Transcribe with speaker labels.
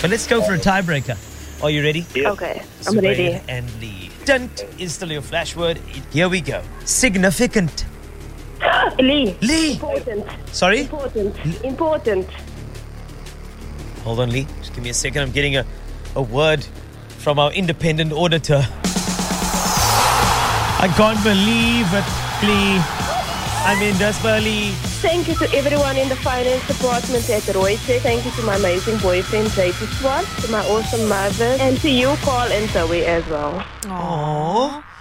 Speaker 1: But let's go for a tiebreaker. Are you ready?
Speaker 2: Yeah.
Speaker 3: Okay, I'm ready.
Speaker 1: Zubair and Lee. Dint is still your flash word. Here we go. Significant.
Speaker 3: Lee.
Speaker 1: Lee.
Speaker 3: Important.
Speaker 1: Sorry?
Speaker 3: Important. Important.
Speaker 1: Hold on, Lee. Just give me a second. I'm getting a, a word from our independent auditor.
Speaker 4: I can't believe it, Lee.
Speaker 1: I'm in despair, Lee.
Speaker 3: Thank you to everyone in the finance department at Reuters. Thank you to my amazing boyfriend, JP Swan, to my awesome mother, and to you, Carl and Zoe as well.
Speaker 1: Aww.